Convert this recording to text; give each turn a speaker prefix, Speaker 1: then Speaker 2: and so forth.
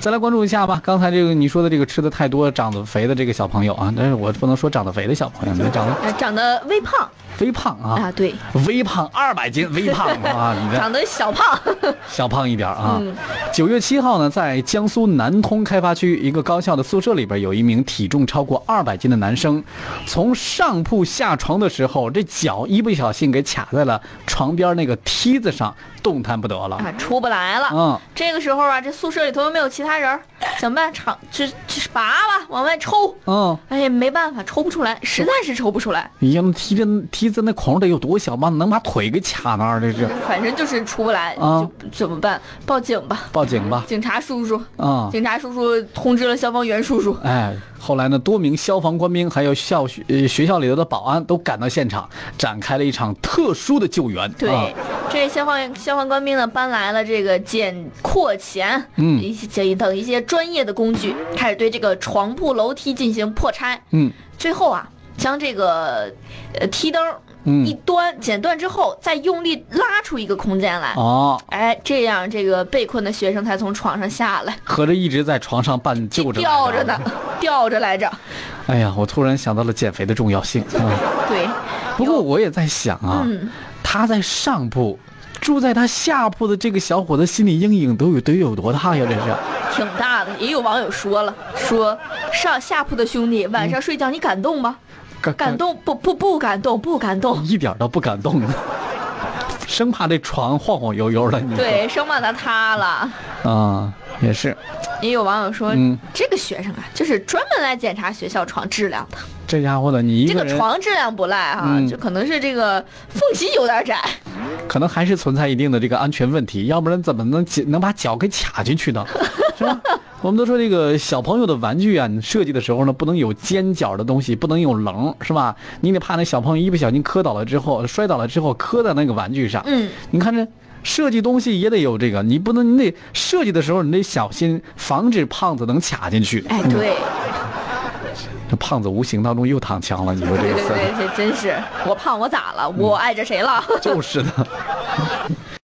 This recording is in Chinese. Speaker 1: 再来关注一下吧。刚才这个你说的这个吃的太多、长得肥的这个小朋友啊，但是我不能说长得肥的小朋友，你长得
Speaker 2: 呃长得微胖
Speaker 1: 微胖啊，
Speaker 2: 啊，对，
Speaker 1: 微胖二百斤，微胖啊，你这
Speaker 2: 长得小胖，
Speaker 1: 啊小胖一点儿啊
Speaker 2: 嗯。
Speaker 1: 九、月七号呢，在江苏南通开发区一个高校的宿舍里边，有一名体重超过二百斤的男生，从上铺下床的时候，这脚一不小心给卡在了床边那个梯子上，动弹不得了。
Speaker 2: 啊，出不来了。
Speaker 1: 嗯，
Speaker 2: 这个时候啊，这宿舍里头又没有其他人儿，想办法长就就是拔吧，往外抽。
Speaker 1: 嗯，
Speaker 2: 哎呀，没办法，抽不出来，实在是抽不出来，
Speaker 1: 你要梯子梯子那孔得有多小吗？能把腿给卡那儿？这是
Speaker 2: 反正就是出不来，
Speaker 1: 啊
Speaker 2: 就怎么办？报警吧，
Speaker 1: 报警吧！
Speaker 2: 警察叔叔。
Speaker 1: 啊、
Speaker 2: 警察叔叔通知了消防员叔叔，
Speaker 1: 哎，后来呢，多名消防官兵还有校学、呃、学校里头的保安都赶到现场，展开了一场特殊的救援。
Speaker 2: 对，
Speaker 1: 啊
Speaker 2: 这消防消防官兵呢搬来了这个碱扩钳，
Speaker 1: 嗯
Speaker 2: 一些等一些专业的工具，开始对这个床铺、楼梯进行破拆。
Speaker 1: 嗯
Speaker 2: 最后啊，将这个呃梯灯儿
Speaker 1: 嗯
Speaker 2: 一端剪断之后，再用力拉出一个空间来。
Speaker 1: 哦，
Speaker 2: 哎，这样这个被困的学生才从床上下 来，
Speaker 1: 合着一直在床上半就着
Speaker 2: 吊着呢。，吊着来着。
Speaker 1: 哎呀，我突然想到了减肥的重要性 啊！
Speaker 2: 对，
Speaker 1: 不过我也在想啊，
Speaker 2: 嗯，
Speaker 1: 他在上铺。住在他下铺的这个小伙子心理阴影都有得有多大呀？这是，
Speaker 2: 挺大的。也有网友说了，说上下铺的兄弟晚上睡觉你敢动吗？
Speaker 1: 感
Speaker 2: 敢动不不不敢动不敢动，
Speaker 1: 一点儿都不敢动呢， 生怕这床晃晃悠悠的。你说
Speaker 2: 对，生怕他塌了。
Speaker 1: 啊，也是，
Speaker 2: 也有网友说，
Speaker 1: 嗯
Speaker 2: 这个学生啊，就是专门来检查学校床质量的。
Speaker 1: 这家伙的你一
Speaker 2: 这
Speaker 1: 个
Speaker 2: 个
Speaker 1: 人
Speaker 2: 床质量不赖哈、
Speaker 1: 嗯
Speaker 2: 就可能是这个缝隙有点窄。
Speaker 1: 可能还是存在一定的这个安全问题，要不然怎么能解能把脚给卡进去 呢？是吧？我们都说这个小朋友的玩具啊，你设计的时候呢，不能有尖角的东西，不能有棱，是吧？你得怕那小朋友一不小心磕倒了之后，摔倒了之后磕在那个玩具上。
Speaker 2: 嗯，
Speaker 1: 你看这设计东西也得有这个，你不能你得设计的时候你得小心，防止胖子能卡进去。
Speaker 2: 哎，对，
Speaker 1: 这胖子无形当中又躺枪了，你说这
Speaker 2: 对
Speaker 1: 个
Speaker 2: 对
Speaker 1: 事儿
Speaker 2: 对，这真是我胖我咋了？我爱着谁了？
Speaker 1: 就是的。